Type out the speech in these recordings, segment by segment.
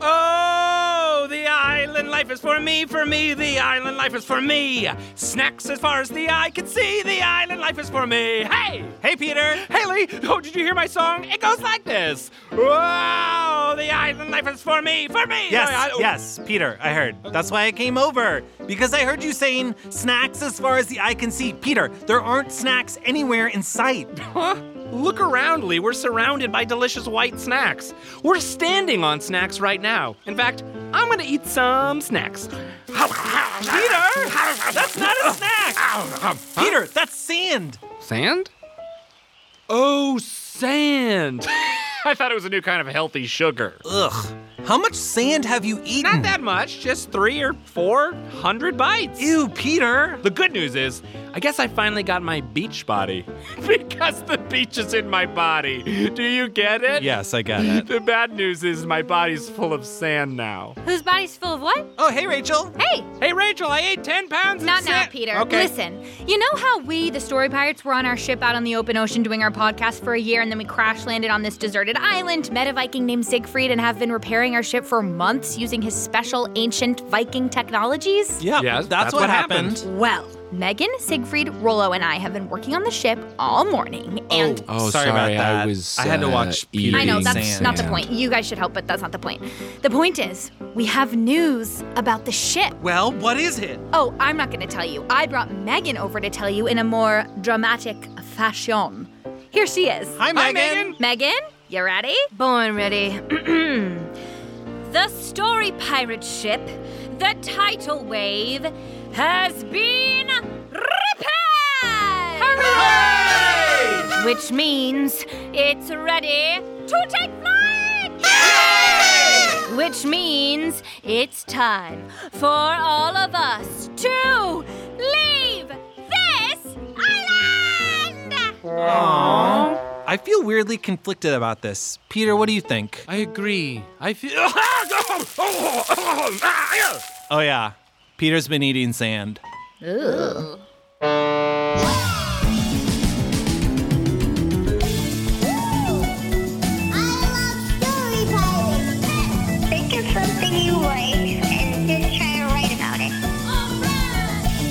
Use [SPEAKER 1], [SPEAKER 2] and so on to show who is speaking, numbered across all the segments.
[SPEAKER 1] Oh, the island life is for me, for me, the island life is for me. Snacks as far as the eye can see, the island life is for me. Hey! Hey, Peter! Haley! Oh, did you hear my song? It goes like this. Whoa, the island life is for me, for me!
[SPEAKER 2] Yes,
[SPEAKER 1] Oh, I- oh,
[SPEAKER 2] yes, Peter, I heard. That's why I came over. Because I heard you saying snacks as far as the eye can see. Peter, there aren't snacks anywhere in sight.
[SPEAKER 1] Huh? Look around, Lee. We're surrounded by delicious white snacks. We're standing on snacks right now. In fact, I'm gonna eat some snacks. Peter!
[SPEAKER 2] That's not a snack! Peter, that's sand.
[SPEAKER 1] Sand? Oh, sand! I thought it was a new kind of healthy sugar.
[SPEAKER 2] Ugh. How much sand have you eaten?
[SPEAKER 1] Not that much, just three or four hundred bites.
[SPEAKER 2] Ew, Peter.
[SPEAKER 1] The good news is, I guess I finally got my beach body. because the beach is in my body. Do you get it?
[SPEAKER 2] Yes, I got it.
[SPEAKER 1] The bad news is my body's full of sand now.
[SPEAKER 3] Whose body's full of what?
[SPEAKER 2] Oh, hey, Rachel.
[SPEAKER 3] Hey,
[SPEAKER 1] Hey, Rachel, I ate 10 pounds
[SPEAKER 3] not
[SPEAKER 1] of
[SPEAKER 3] now,
[SPEAKER 1] sand.
[SPEAKER 3] Peter.
[SPEAKER 1] Okay.
[SPEAKER 3] Listen, you know how we, the story pirates, were on our ship out on the open ocean doing our podcast for a year, and then we crash landed on this deserted island, met a Viking named Siegfried, and have been repairing our ship for months using his special ancient Viking technologies?
[SPEAKER 2] Yeah,
[SPEAKER 1] Yes,
[SPEAKER 2] that's,
[SPEAKER 1] that's
[SPEAKER 2] what,
[SPEAKER 1] what
[SPEAKER 2] happened.
[SPEAKER 1] happened.
[SPEAKER 3] Well, Megan, Siegfried, Rollo, and I have been working on the ship all morning, and
[SPEAKER 4] Oh,
[SPEAKER 2] Sorry
[SPEAKER 4] sorry,
[SPEAKER 2] about that.
[SPEAKER 4] I was.
[SPEAKER 2] I had to
[SPEAKER 4] uh,
[SPEAKER 2] watch Peter
[SPEAKER 3] I know
[SPEAKER 4] eating
[SPEAKER 3] that's
[SPEAKER 2] sand.
[SPEAKER 3] not the point. You guys should help, but that's not the point. The point is, we have news about the ship.
[SPEAKER 2] Well, what is it?
[SPEAKER 3] Oh, I'm not going to tell you. I brought Megan over to tell you in a more dramatic fashion. Here she is.
[SPEAKER 2] Hi, Megan.
[SPEAKER 3] Megan, you ready? Born ready. the story pirate ship, the tidal wave, has been repaired! Hooray! Which means it's ready to take flight! Which means it's time for all of us to leave this island!
[SPEAKER 2] I feel weirdly conflicted about this. Peter, what do you think?
[SPEAKER 4] I agree. I feel.
[SPEAKER 2] Oh, yeah. Peter's been eating sand.
[SPEAKER 5] Think of something you like and just try to write about it.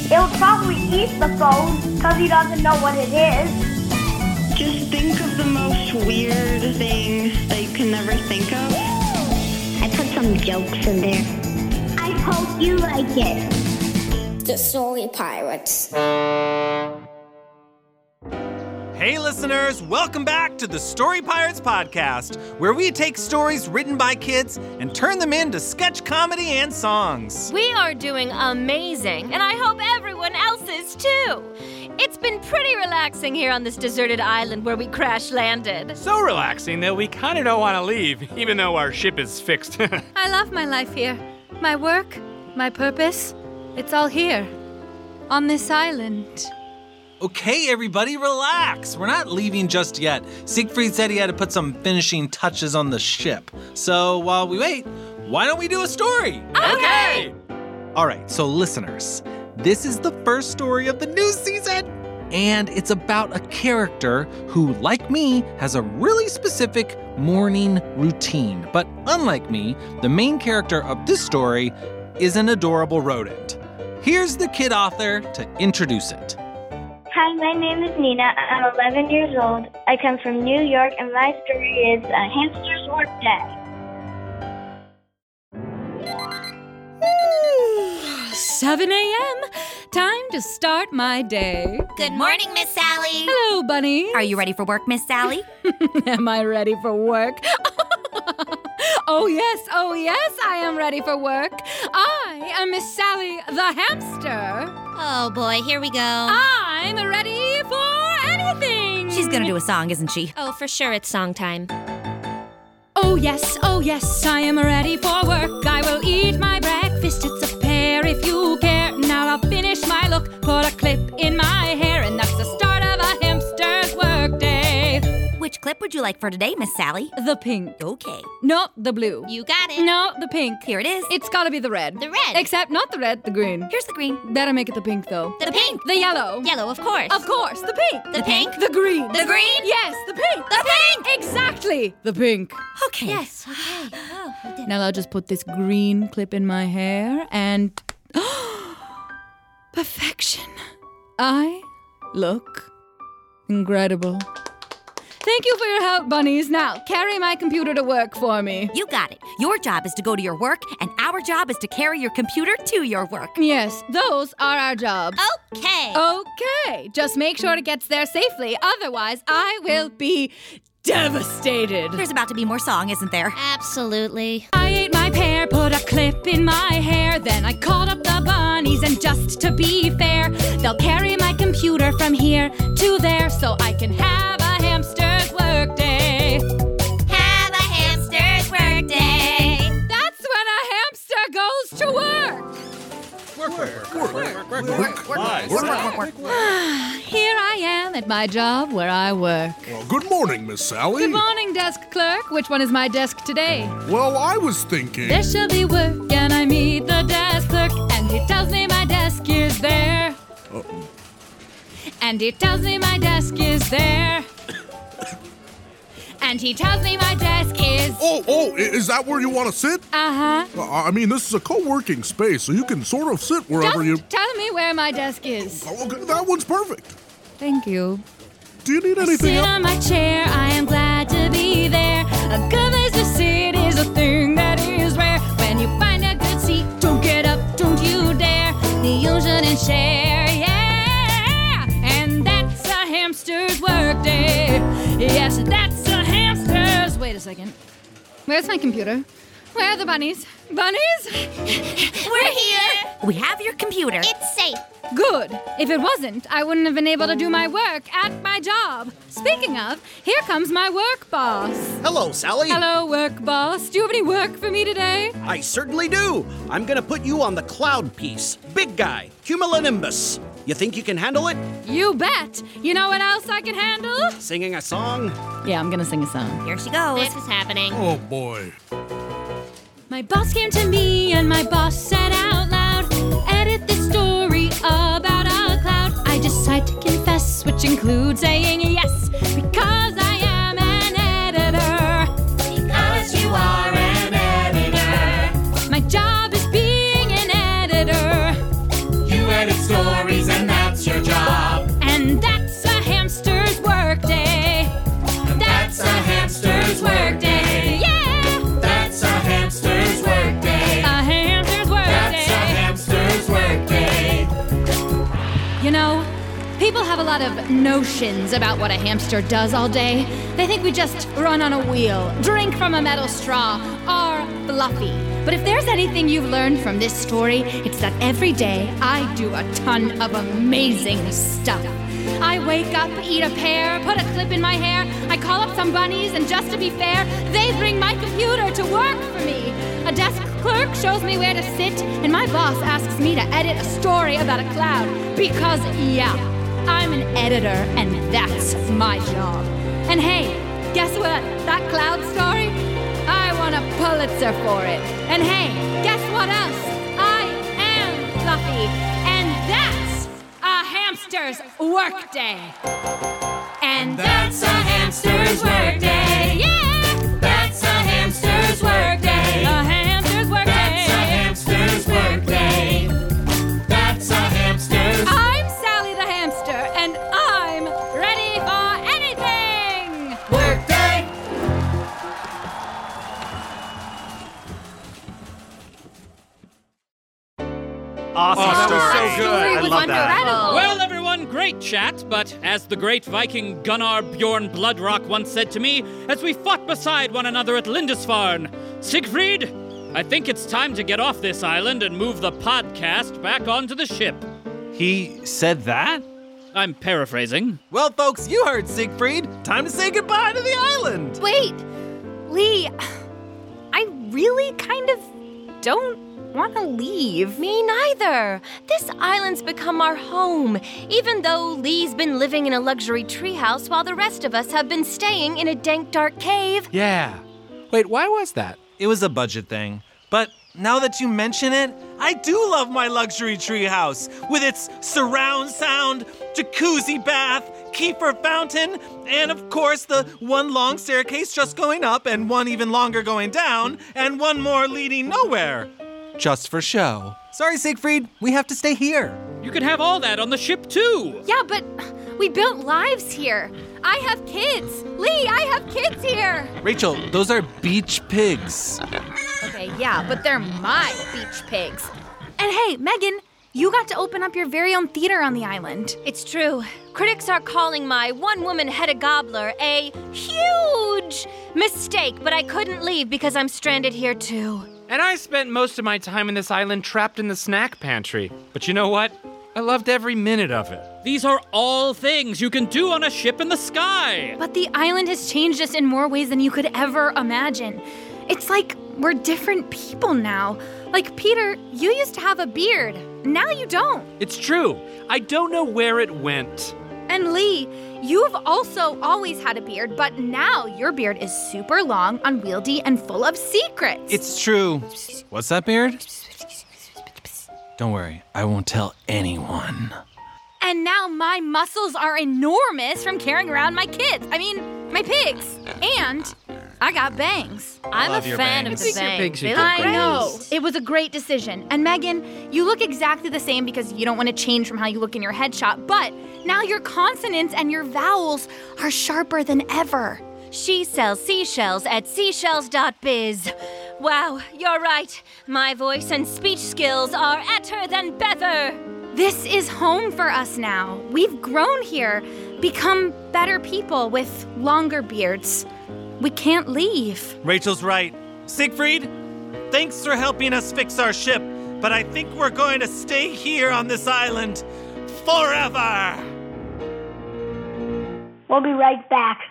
[SPEAKER 6] He'll probably eat the phone because he doesn't know what it is.
[SPEAKER 7] Just think of the most weird thing that you can never think of.
[SPEAKER 5] I put some jokes in there. I hope you like it.
[SPEAKER 6] The Story Pirates.
[SPEAKER 2] Hey, listeners, welcome back to the Story Pirates Podcast, where we take stories written by kids and turn them into sketch comedy and songs.
[SPEAKER 3] We are doing amazing, and I hope everyone else is too. It's been pretty relaxing here on this deserted island where we crash landed.
[SPEAKER 1] So relaxing that we kind of don't want to leave, even though our ship is fixed.
[SPEAKER 3] I love my life here. My work, my purpose, it's all here. On this island.
[SPEAKER 2] Okay, everybody, relax. We're not leaving just yet. Siegfried said he had to put some finishing touches on the ship. So while we wait, why don't we do a story?
[SPEAKER 3] Okay!
[SPEAKER 2] All right, so listeners, this is the first story of the new season. And it's about a character who, like me, has a really specific morning routine. But unlike me, the main character of this story is an adorable rodent. Here's the kid author to introduce it.
[SPEAKER 6] Hi, my name is Nina. I'm 11 years old. I come from New York, and my story is a hamster's work day.
[SPEAKER 8] Seven a.m. Time to start my day.
[SPEAKER 3] Good morning, Miss Sally.
[SPEAKER 8] Hello, bunny.
[SPEAKER 3] Are you ready for work, Miss Sally?
[SPEAKER 8] Am I ready for work? oh yes, oh yes, I am ready for work. I am Miss Sally the hamster.
[SPEAKER 9] Oh boy, here we go.
[SPEAKER 8] I'm ready for anything.
[SPEAKER 9] She's gonna do a song, isn't she? Oh, for sure, it's song time.
[SPEAKER 8] Oh yes, oh yes, I am ready for work. I will eat my breakfast. It's a pear if you care. Now I'll finish my look, put a clip in my hair, and that's the start of a hamster's workday.
[SPEAKER 9] would you like for today, Miss Sally?
[SPEAKER 8] The pink.
[SPEAKER 9] Okay.
[SPEAKER 8] Not the blue.
[SPEAKER 9] You got it.
[SPEAKER 8] No, the pink.
[SPEAKER 9] Here it is.
[SPEAKER 8] It's gotta be the red.
[SPEAKER 9] The red.
[SPEAKER 8] Except not the red, the green.
[SPEAKER 9] Here's the green.
[SPEAKER 8] That'll make it the pink, though.
[SPEAKER 9] The pink.
[SPEAKER 8] The yellow.
[SPEAKER 9] Yellow, of course.
[SPEAKER 8] Of course, the pink.
[SPEAKER 9] The pink.
[SPEAKER 8] The green.
[SPEAKER 9] The green?
[SPEAKER 8] Yes, the pink.
[SPEAKER 9] The pink.
[SPEAKER 8] Exactly. The pink.
[SPEAKER 9] Okay. Yes. Okay. Oh, I did.
[SPEAKER 8] Now I'll just put this green clip in my hair and. Perfection. I look incredible. Thank you for your help, bunnies. Now, carry my computer to work for me.
[SPEAKER 9] You got it. Your job is to go to your work, and our job is to carry your computer to your work.
[SPEAKER 8] Yes, those are our jobs.
[SPEAKER 9] Okay.
[SPEAKER 8] Okay, just make sure it gets there safely. Otherwise, I will be devastated.
[SPEAKER 9] There's about to be more song, isn't there?
[SPEAKER 4] Absolutely.
[SPEAKER 8] I ate my pear, put a clip in my hair. Then I called up the bunnies, and just to be fair, they'll carry my computer from here to there so I can have a hamster's workday.
[SPEAKER 9] Have a hamster's workday.
[SPEAKER 8] That's when a hamster goes to work. Here I am at my job where I work.
[SPEAKER 10] Well, good morning, Miss Sally.
[SPEAKER 8] Good morning, desk clerk. Which one is my desk today?
[SPEAKER 10] Well, I was thinking.
[SPEAKER 8] There shall be work, and I meet the desk clerk, and he tells me my desk is there. And he tells me my desk is there. and he tells me my desk is.
[SPEAKER 10] Oh, oh, i- is that where you want to sit?
[SPEAKER 8] Uh huh.
[SPEAKER 10] Uh, I mean, this is a co-working space, so you can sort of sit wherever you.
[SPEAKER 8] Just tell me where my desk is.
[SPEAKER 10] Oh, okay, that one's perfect.
[SPEAKER 8] Thank you.
[SPEAKER 10] Do you need anything
[SPEAKER 8] Sit
[SPEAKER 10] else?
[SPEAKER 8] on my chair, I am glad to be there. A good place to sit is a thing that is rare. When you find a good seat, don't get up, don't you dare. The usual share, yeah. And that's a hamster's workday. Yes, that's a hamster's. Wait a second. Where's my computer? Where are the bunnies? Bunnies?
[SPEAKER 9] We're here. We have your computer.
[SPEAKER 4] It's safe.
[SPEAKER 8] Good. If it wasn't, I wouldn't have been able to do my work at my job. Speaking of, here comes my work boss.
[SPEAKER 11] Hello, Sally.
[SPEAKER 8] Hello, work boss. Do you have any work for me today?
[SPEAKER 11] I certainly do. I'm going to put you on the cloud piece. Big guy, cumulonimbus. You think you can handle it?
[SPEAKER 8] You bet. You know what else I can handle?
[SPEAKER 11] Singing a song?
[SPEAKER 8] Yeah, I'm gonna sing a song.
[SPEAKER 9] Here she goes.
[SPEAKER 4] This is happening.
[SPEAKER 10] Oh boy.
[SPEAKER 8] My boss came to me and my boss said out loud, Edit this story about a cloud. I decide to confess, which includes saying yes, because I am an editor.
[SPEAKER 9] Because you are an editor.
[SPEAKER 8] My job is being an editor,
[SPEAKER 9] You edit stories, and that's your job.
[SPEAKER 8] and that's a hamster's workday. That's a hamster's workday. Yeah!
[SPEAKER 9] That's a hamster's workday.
[SPEAKER 8] A hamster's workday.
[SPEAKER 9] hamster's workday.
[SPEAKER 8] You know, people have a lot of notions about what a hamster does all day. They think we just run on a wheel, drink from a metal straw, are fluffy. But if there's anything you've learned from this story, it's that every day I do a ton of amazing stuff. I wake up, eat a pear, put a clip in my hair, I call up some bunnies, and just to be fair, they bring my computer to work for me. A desk clerk shows me where to sit, and my boss asks me to edit a story about a cloud. Because, yeah, I'm an editor, and that's my job. And hey, guess what? That cloud story? I won a Pulitzer for it. And hey, guess what else? I am Fluffy, and that's a hamster's workday. And that's a hamster's workday. Yeah! That's a hamster's workday. A hamster's workday. That's a hamster's workday.
[SPEAKER 11] That's a hamster's.
[SPEAKER 8] I'm Sally the hamster, and I'm ready for anything!
[SPEAKER 11] Workday!
[SPEAKER 1] Awesome.
[SPEAKER 8] That
[SPEAKER 1] so good.
[SPEAKER 8] story
[SPEAKER 1] I
[SPEAKER 8] was
[SPEAKER 1] love that.
[SPEAKER 8] incredible.
[SPEAKER 4] Oh.
[SPEAKER 12] Well, everyone, great chat, but as the great Viking Gunnar Bjorn Bloodrock once said to me, as we fought beside one another at Lindisfarne, Siegfried, I think it's time to get off this island and move the podcast back onto the ship.
[SPEAKER 2] He said that?
[SPEAKER 12] I'm paraphrasing.
[SPEAKER 13] Well, folks, you heard Siegfried. Time to say goodbye to the island.
[SPEAKER 3] Wait, Lee, I really kind of don't
[SPEAKER 14] want to leave.
[SPEAKER 4] Me neither. This island's become our home, even though Lee's been living in a luxury treehouse while the rest of us have been staying in a dank, dark cave.
[SPEAKER 15] Yeah. Wait, why was that?
[SPEAKER 16] It was a budget thing. But now that you mention it, I do love my luxury treehouse with its surround sound, jacuzzi bath, kefir fountain, and of course the one long staircase just going up and one even longer going down, and one more leading nowhere.
[SPEAKER 15] Just for show. Sorry, Siegfried, we have to stay here.
[SPEAKER 12] You could have all that on the ship, too.
[SPEAKER 3] Yeah, but we built lives here. I have kids. Lee, I have kids here.
[SPEAKER 15] Rachel, those are beach pigs.
[SPEAKER 14] Okay, yeah, but they're my beach pigs. And hey, Megan, you got to open up your very own theater on the island.
[SPEAKER 4] It's true. Critics are calling my one woman head of gobbler a huge mistake, but I couldn't leave because I'm stranded here too.
[SPEAKER 1] And I spent most of my time in this island trapped in the snack pantry. But you know what? I loved every minute of it.
[SPEAKER 12] These are all things you can do on a ship in the sky.
[SPEAKER 3] But the island has changed us in more ways than you could ever imagine. It's like we're different people now. Like, Peter, you used to have a beard. Now you don't.
[SPEAKER 1] It's true. I don't know where it went.
[SPEAKER 14] And Lee, you've also always had a beard, but now your beard is super long, unwieldy, and full of secrets.
[SPEAKER 15] It's true. What's that beard? Don't worry, I won't tell anyone.
[SPEAKER 3] And now my muscles are enormous from carrying around my kids. I mean, my pigs. And I got bangs.
[SPEAKER 4] I'm a fan of the bangs.
[SPEAKER 3] I know. It was a great decision. And Megan, you look exactly the same because you don't want to change from how you look in your headshot, but now your consonants and your vowels are sharper than ever.
[SPEAKER 4] She sells seashells at seashells.biz. Wow, you're right. My voice and speech skills are etter than bever.
[SPEAKER 3] This is home for us now. We've grown here, become better people with longer beards. We can't leave.
[SPEAKER 16] Rachel's right. Siegfried, thanks for helping us fix our ship, but I think we're going to stay here on this island forever.
[SPEAKER 6] We'll be right back.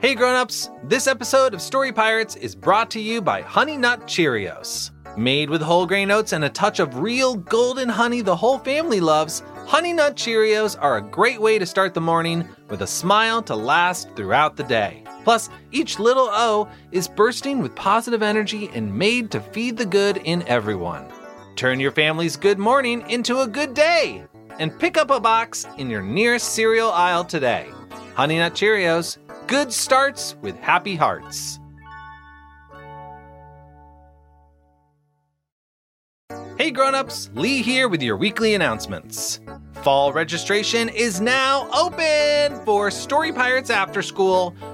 [SPEAKER 2] Hey grown-ups, this episode of Story Pirates is brought to you by Honey Nut Cheerios. Made with whole grain oats and a touch of real golden honey the whole family loves, Honey Nut Cheerios are a great way to start the morning with a smile to last throughout the day. Plus, each little O is bursting with positive energy and made to feed the good in everyone. Turn your family's good morning into a good day and pick up a box in your nearest cereal aisle today. Honey Nut Cheerios, good starts with happy hearts. Hey grown-ups, Lee here with your weekly announcements. Fall registration is now open for Story Pirates After School,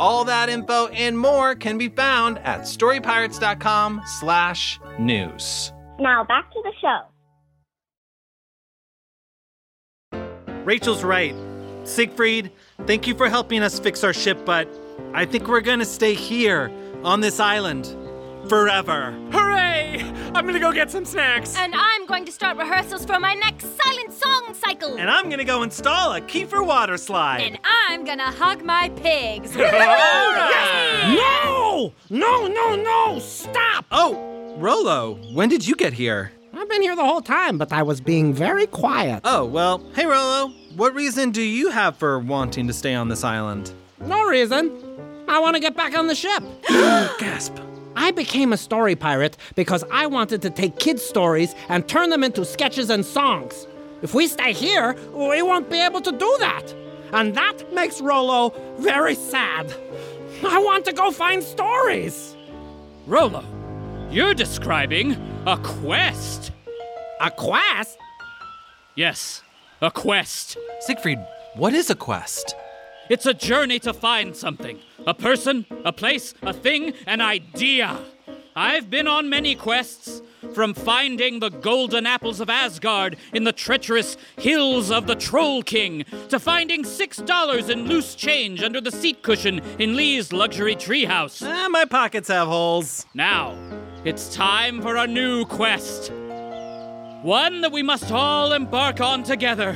[SPEAKER 13] All that info and more can be found at storypirates.com slash news.
[SPEAKER 6] Now back to the show.
[SPEAKER 17] Rachel's right. Siegfried, thank you for helping us fix our ship, but I think we're gonna stay here on this island forever.
[SPEAKER 1] Hooray! I'm gonna go get some snacks.
[SPEAKER 4] And I'm going to start rehearsals for my next silent song cycle.
[SPEAKER 17] And I'm gonna go install a Kiefer water slide.
[SPEAKER 4] And I'm gonna hug my pigs.
[SPEAKER 17] No! No, no, no! Stop! Oh, Rolo, when did you get here?
[SPEAKER 18] I've been here the whole time, but I was being very quiet.
[SPEAKER 2] Oh, well, hey Rolo, what reason do you have for wanting to stay on this island?
[SPEAKER 18] No reason. I want to get back on the ship.
[SPEAKER 2] Gasp.
[SPEAKER 18] I became a story pirate because I wanted to take kids' stories and turn them into sketches and songs. If we stay here, we won't be able to do that. And that makes Rolo very sad. I want to go find stories.
[SPEAKER 12] Rolo, you're describing a quest.
[SPEAKER 18] A quest?
[SPEAKER 12] Yes, a quest.
[SPEAKER 2] Siegfried, what is a quest?
[SPEAKER 12] It's a journey to find something a person, a place, a thing, an idea. I've been on many quests, from finding the golden apples of Asgard in the treacherous hills of the Troll King, to finding $6 in loose change under the seat cushion in Lee's luxury treehouse.
[SPEAKER 17] Ah, my pockets have holes.
[SPEAKER 12] Now, it's time for a new quest. One that we must all embark on together.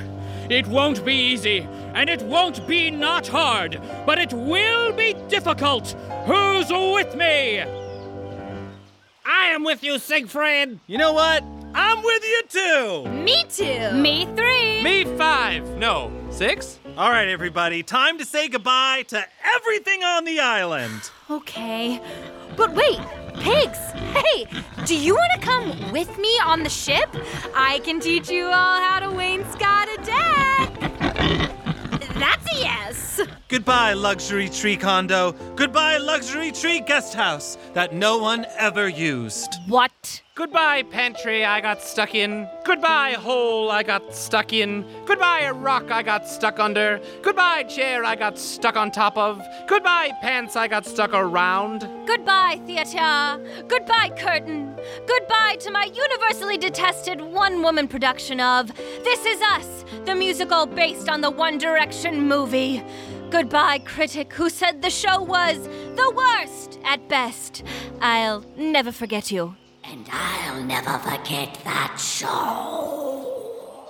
[SPEAKER 12] It won't be easy, and it won't be not hard, but it will be difficult. Who's with me?
[SPEAKER 18] I am with you, Siegfried.
[SPEAKER 17] You know what? I'm with you too.
[SPEAKER 4] Me too. Me three.
[SPEAKER 1] Me five. No, six?
[SPEAKER 17] All right, everybody, time to say goodbye to everything on the island.
[SPEAKER 4] Okay. But wait, pigs! Hey, do you want to come with me on the ship? I can teach you all how to wainscot a deck. That's a yes.
[SPEAKER 17] Goodbye, luxury tree condo. Goodbye, luxury tree guest house that no one ever used.
[SPEAKER 4] What?
[SPEAKER 1] Goodbye, pantry I got stuck in. Goodbye, hole I got stuck in. Goodbye, a rock I got stuck under. Goodbye, chair I got stuck on top of. Goodbye, pants I got stuck around.
[SPEAKER 4] Goodbye, theater. Goodbye, curtain. Goodbye to my universally detested one woman production of This Is Us, the musical based on the One Direction movie. Goodbye, critic who said the show was the worst at best. I'll never forget you.
[SPEAKER 19] And I'll never forget that show.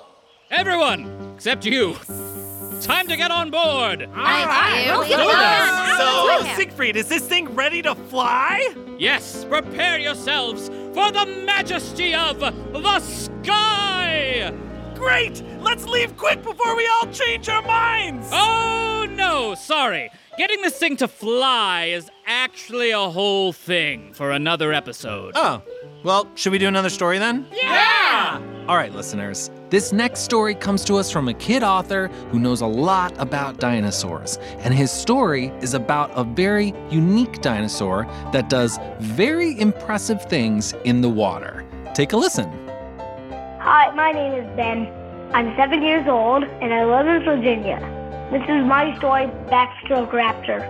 [SPEAKER 12] Everyone, except you. Time to get on board.
[SPEAKER 4] I
[SPEAKER 17] Let's
[SPEAKER 4] do.
[SPEAKER 17] do
[SPEAKER 4] Yeah.
[SPEAKER 17] this.
[SPEAKER 4] Yeah.
[SPEAKER 17] So, Siegfried, is this thing ready to fly?
[SPEAKER 12] Yes, prepare yourselves for the majesty of the sky!
[SPEAKER 17] Great! Let's leave quick before we all change our minds!
[SPEAKER 12] Oh no, sorry. Getting this thing to fly is actually a whole thing for another episode.
[SPEAKER 2] Oh, well, should we do another story then?
[SPEAKER 12] Yeah!
[SPEAKER 2] All right, listeners. This next story comes to us from a kid author who knows a lot about dinosaurs. And his story is about a very unique dinosaur that does very impressive things in the water. Take a listen.
[SPEAKER 6] Hi, my name is Ben. I'm seven years old and I live in Virginia. This is my story, Backstroke Raptor.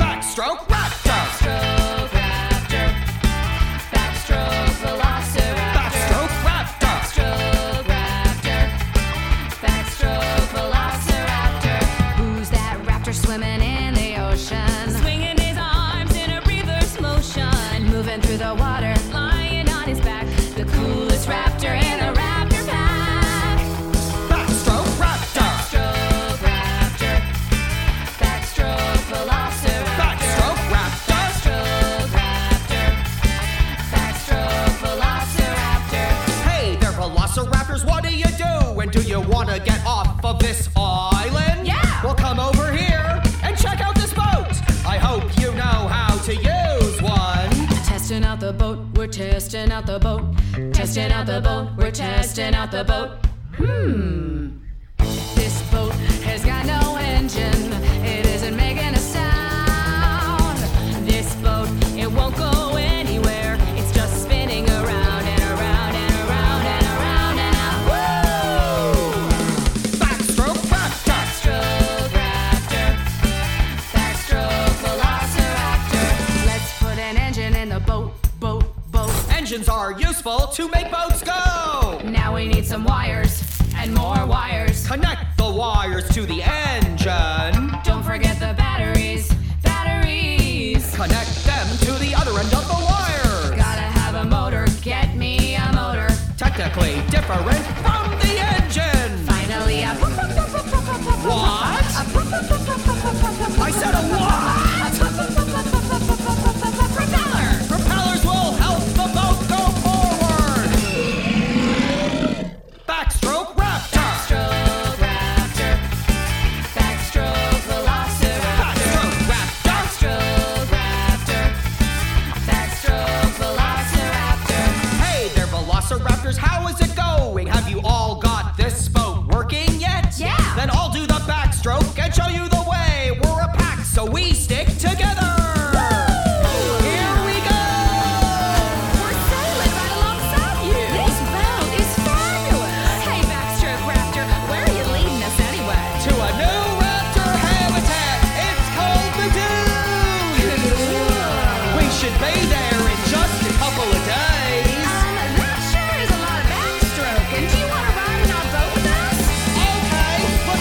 [SPEAKER 20] Backstroke Raptor. Backstroke Raptor. Backstroke Velociraptor. Backstroke Raptor. Backstroke Raptor. Backstroke Velociraptor. Who's that raptor swimming in the ocean? Swinging his arms in a reverse motion. Moving through the water, lying on his back. The coolest raptor in the raptor pack. Backstroke Raptor. Backstroke Raptor. Backstroke Velociraptor. Backstroke Raptor. Backstroke Raptor. Backstroke Velociraptor.
[SPEAKER 21] Hey there, Velociraptors, what do you do? And do you want to get off of this island?
[SPEAKER 20] Yeah.
[SPEAKER 21] Well, come over here and check out this boat. I hope you know how to use one.
[SPEAKER 20] Testing out the boat, we're testing out the boat. Testing out the boat, we're testing out the boat. Hmm. This boat has got no engine, it isn't making a sound. This boat, it won't go anywhere, it's just spinning around and around and around and around and out. Woo! Backstroke, backstroke, some wires and more wires.
[SPEAKER 21] Connect the wires to the engine.
[SPEAKER 20] Don't forget the batteries, batteries.
[SPEAKER 21] Connect them to the other end of the wire.
[SPEAKER 20] Gotta have a motor, get me a motor.
[SPEAKER 21] Technically different from the engine.
[SPEAKER 20] Finally, a
[SPEAKER 21] What? I said a what? Propeller. Propellers will help the boat go forward. Backstroke Raptor.
[SPEAKER 20] backstroke raptor, backstroke velociraptor, backstroke raptor, backstroke velociraptor.
[SPEAKER 21] Hey there, Velociraptors, how is it going? Have you all got this boat working yet?
[SPEAKER 20] Yeah.
[SPEAKER 21] Then I'll do the backstroke and show you the way. We're a pack, so we stick together. Here we go.
[SPEAKER 20] We're sailing right alongside you. This boat is fabulous. Hey, backstroke raptor, where are you leading us anyway?
[SPEAKER 21] To a new raptor habitat. It's called the Dune. we should be there in just a couple of days.
[SPEAKER 20] Um, that sure is a lot of backstroke. And do you want to ride in our boat with us?
[SPEAKER 21] Okay, but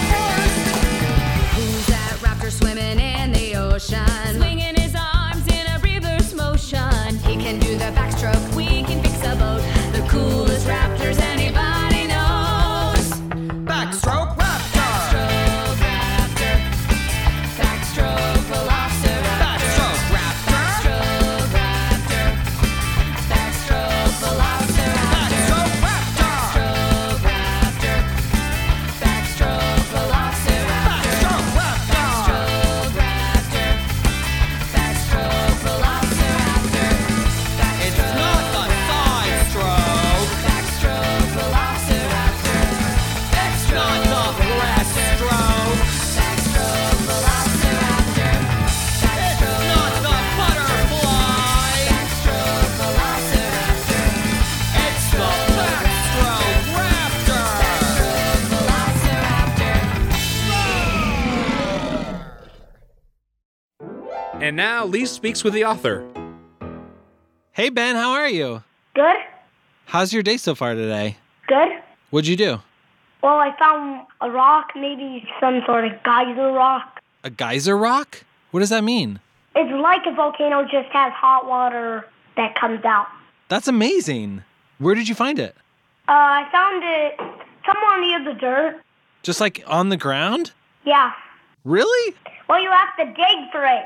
[SPEAKER 21] first.
[SPEAKER 20] Who's that raptor swimming in the ocean? Swinging his arms in a reverse motion. He can do the backstroke, we can fix a boat. The coolest raptors anybody knows.
[SPEAKER 21] Backstroke Raptor.
[SPEAKER 20] Backstroke raptor. Backstroke velociraptor.
[SPEAKER 21] Backstroke Raptor.
[SPEAKER 20] Backstroke raptor. Backstroke velociraptor.
[SPEAKER 21] Backstroke Raptor.
[SPEAKER 20] Backstroke raptor. Backstroke velociraptor.
[SPEAKER 21] Backstroke Raptor.
[SPEAKER 20] Backstroke raptor. Backstroke velociraptor.
[SPEAKER 21] It's not the side stroke.
[SPEAKER 20] Backstroke velociraptor.
[SPEAKER 21] It's not the breast stroke.
[SPEAKER 20] Backstroke velociraptor.
[SPEAKER 21] It's not the butterfly.
[SPEAKER 20] Backstroke velociraptor.
[SPEAKER 21] It's the backstroke raptor.
[SPEAKER 1] And now Lee speaks with the author.
[SPEAKER 2] Hey, Ben, how are you?
[SPEAKER 6] Good?
[SPEAKER 2] How's your day so far today?
[SPEAKER 6] Good?
[SPEAKER 2] What'd you do?
[SPEAKER 6] Well, I found a rock, maybe some sort of geyser rock.
[SPEAKER 2] A geyser rock? What does that mean?
[SPEAKER 6] It's like a volcano just has hot water that comes out.
[SPEAKER 2] That's amazing. Where did you find it?
[SPEAKER 6] Uh, I found it somewhere near the dirt.
[SPEAKER 2] Just like on the ground?
[SPEAKER 6] Yeah.
[SPEAKER 2] Really?
[SPEAKER 6] Well, you have to dig for it.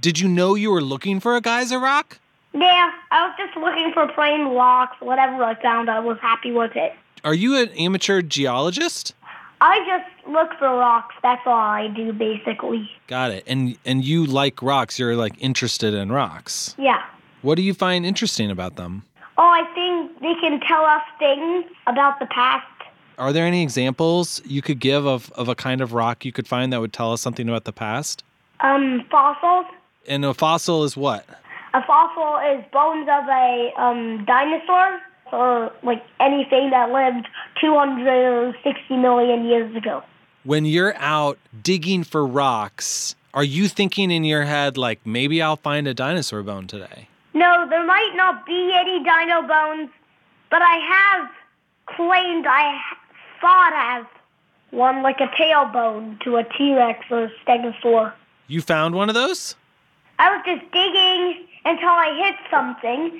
[SPEAKER 2] Did you know you were looking for a geyser rock?
[SPEAKER 6] Yeah, I was just looking for plain rocks. Whatever I found, I was happy with it.
[SPEAKER 2] Are you an amateur geologist?
[SPEAKER 6] I just look for rocks. That's all I do, basically.
[SPEAKER 2] Got it. And and you like rocks, you're like interested in rocks.
[SPEAKER 6] Yeah.
[SPEAKER 2] What do you find interesting about them?
[SPEAKER 6] Oh, I think they can tell us things about the past.
[SPEAKER 2] Are there any examples you could give of, of a kind of rock you could find that would tell us something about the past?
[SPEAKER 6] Um, fossils.
[SPEAKER 2] And a fossil is what?
[SPEAKER 6] A fossil is bones of a um, dinosaur or like anything that lived 260 million years ago.
[SPEAKER 2] When you're out digging for rocks, are you thinking in your head, like, maybe I'll find a dinosaur bone today?
[SPEAKER 6] No, there might not be any dino bones, but I have claimed I h- thought I have one like a tailbone to a T Rex or a stegosaur.
[SPEAKER 2] You found one of those?
[SPEAKER 6] I was just digging until I hit something,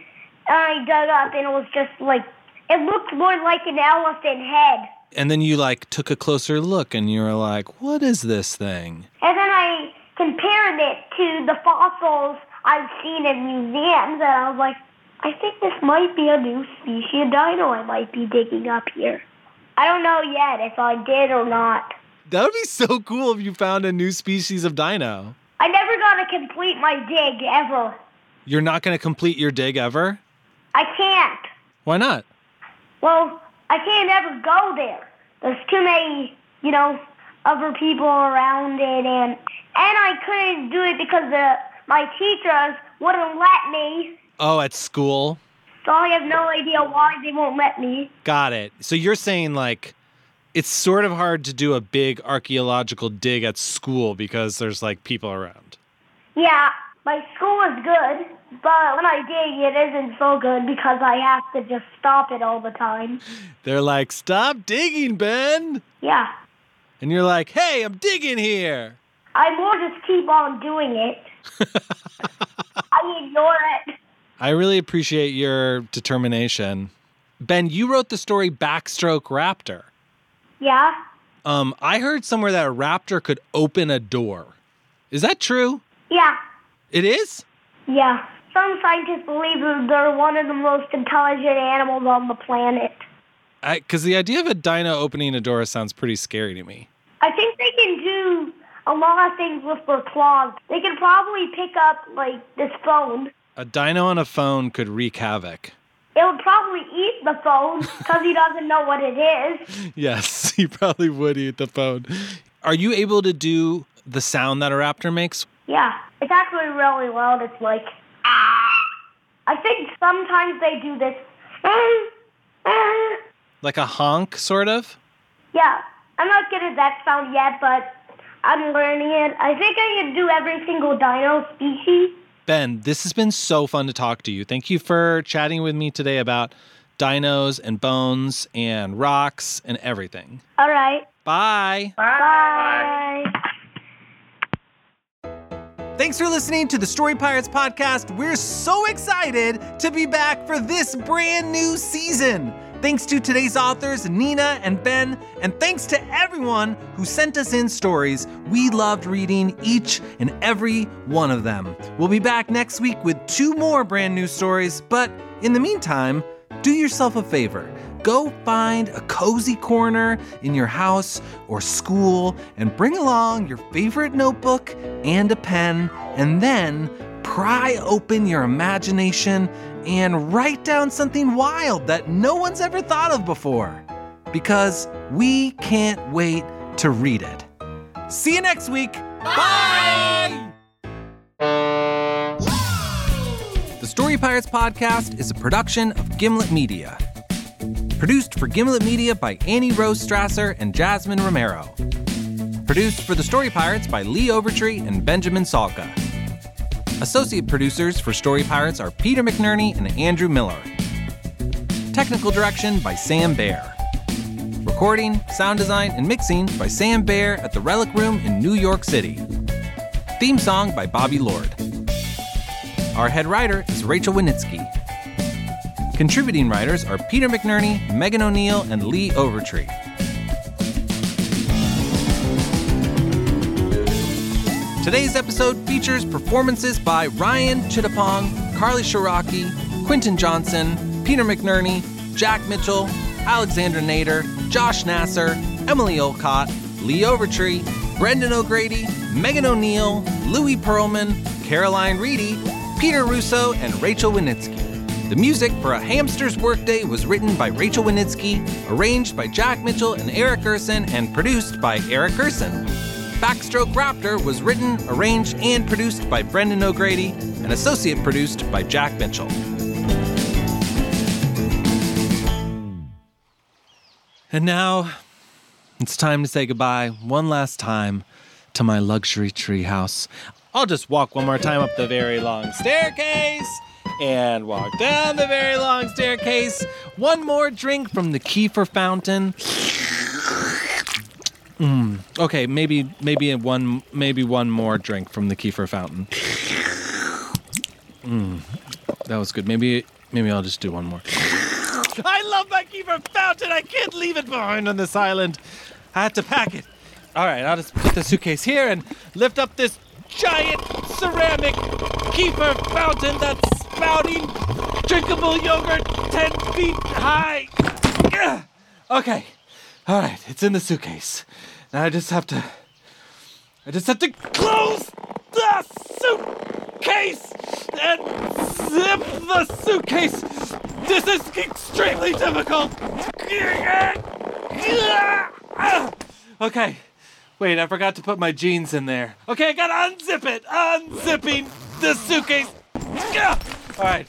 [SPEAKER 6] and I dug up, and it was just like it looked more like an elephant head.
[SPEAKER 2] And then you like took a closer look and you were like, what is this thing?
[SPEAKER 6] And then I compared it to the fossils I've seen in museums, and I was like, I think this might be a new species of dino I might be digging up here. I don't know yet if I did or not.
[SPEAKER 2] That would be so cool if you found a new species of dino.
[SPEAKER 6] I never got to complete my dig ever.
[SPEAKER 2] You're not going to complete your dig ever?
[SPEAKER 6] I can't.
[SPEAKER 2] Why not?
[SPEAKER 6] Well, I can't ever go there. There's too many, you know, other people around it, and and I couldn't do it because the my teachers wouldn't let me.
[SPEAKER 2] Oh, at school?
[SPEAKER 6] So I have no idea why they won't let me.
[SPEAKER 2] Got it. So you're saying like it's sort of hard to do a big archaeological dig at school because there's like people around.
[SPEAKER 6] Yeah, My school is good, but when I dig, it isn't so good because I have to just stop it all the time.
[SPEAKER 2] They're like, stop digging, Ben.
[SPEAKER 6] Yeah,
[SPEAKER 2] And you're like, hey, I'm digging here.
[SPEAKER 6] I more just keep on doing it. I ignore it.
[SPEAKER 2] I really appreciate your determination. Ben, you wrote the story Backstroke Raptor.
[SPEAKER 6] Yeah,
[SPEAKER 2] Um, I heard somewhere that a raptor could open a door. Is that true?
[SPEAKER 6] yeah,
[SPEAKER 2] It is?
[SPEAKER 6] yeah. Some scientists believe that they're one of the most intelligent animals on the planet.
[SPEAKER 2] Because the idea of a dino opening a door sounds pretty scary to me.
[SPEAKER 6] I think they can do a lot of things with their claws. They can probably pick up like this phone.
[SPEAKER 2] A dino on a phone could wreak havoc.
[SPEAKER 6] It would probably eat the phone because he doesn't know what it is.
[SPEAKER 2] Yes, he probably would eat the phone. Are you able to do the sound that a raptor makes?
[SPEAKER 6] Yeah, it's actually really loud. It's like, "Ah." I think sometimes they do this.
[SPEAKER 2] Like a honk, sort of?
[SPEAKER 6] Yeah, I'm not good at that sound yet, but I'm learning it. I think I can do every single dino species.
[SPEAKER 2] Ben, this has been so fun to talk to you. Thank you for chatting with me today about dinos and bones and rocks and everything.
[SPEAKER 6] All right.
[SPEAKER 2] Bye.
[SPEAKER 6] Bye.
[SPEAKER 2] Thanks for listening to the Story Pirates podcast. We're so excited to be back for this brand new season. Thanks to today's authors, Nina and Ben, and thanks to everyone who sent us in stories. We loved reading each and every one of them. We'll be back next week with two more brand new stories, but in the meantime, do yourself a favor. Go find a cozy corner in your house or school and bring along your favorite notebook and a pen, and then pry open your imagination and write down something wild that no one's ever thought of before. Because we can't wait to read it. See you next week. Bye! The Story Pirates podcast is a production of Gimlet Media. Produced for Gimlet Media by Annie Rose Strasser and Jasmine Romero. Produced for The Story Pirates by Lee Overtree and Benjamin Salka. Associate producers for Story Pirates are Peter McNerney and Andrew Miller. Technical direction by Sam Baer. Recording, sound design, and mixing by Sam Baer at the Relic Room in New York City. Theme song by Bobby Lord. Our head writer is Rachel Winitsky. Contributing writers are Peter McNerney, Megan O'Neill, and Lee Overtree. Today's episode features performances by Ryan Chittapong, Carly Shiraki, Quinton Johnson, Peter McNerney, Jack Mitchell, Alexander Nader, Josh Nasser, Emily Olcott, Lee Overtree, Brendan O'Grady, Megan O'Neill, Louis Pearlman, Caroline Reedy, Peter Russo, and Rachel Winitsky. The music for A Hamster's Workday was written by Rachel Winitsky, arranged by Jack Mitchell and Eric Gerson, and produced by Eric Gerson. Backstroke Raptor was written, arranged, and produced by Brendan O'Grady, and associate produced by Jack Mitchell. And now it's time to say goodbye one last time to my luxury tree house. I'll just walk one more time up the very long staircase and walk down the very long staircase. One more drink from the Kiefer fountain. Mm, okay, maybe maybe one maybe one more drink from the Kiefer fountain. Mm, that was good. Maybe maybe I'll just do one more. I love my Kiefer fountain. I can't leave it behind on this island. I have to pack it. All right, I'll just put the suitcase here and lift up this giant ceramic Kiefer fountain that's spouting drinkable yogurt 10 feet high. Ugh. Okay. All right, it's in the suitcase. Now I just have to. I just have to close the suitcase and zip the suitcase. This is extremely difficult. Okay. Wait, I forgot to put my jeans in there. Okay, I gotta unzip it. Unzipping the suitcase. All right,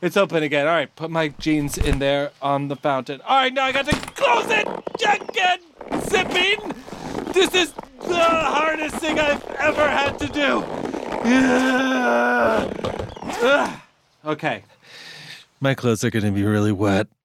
[SPEAKER 2] it's open again. All right, put my jeans in there on the fountain. All right, now I got to close it again. Zipping. This is the hardest thing I've ever had to do. Ugh. Okay.
[SPEAKER 22] My clothes are going to be really wet.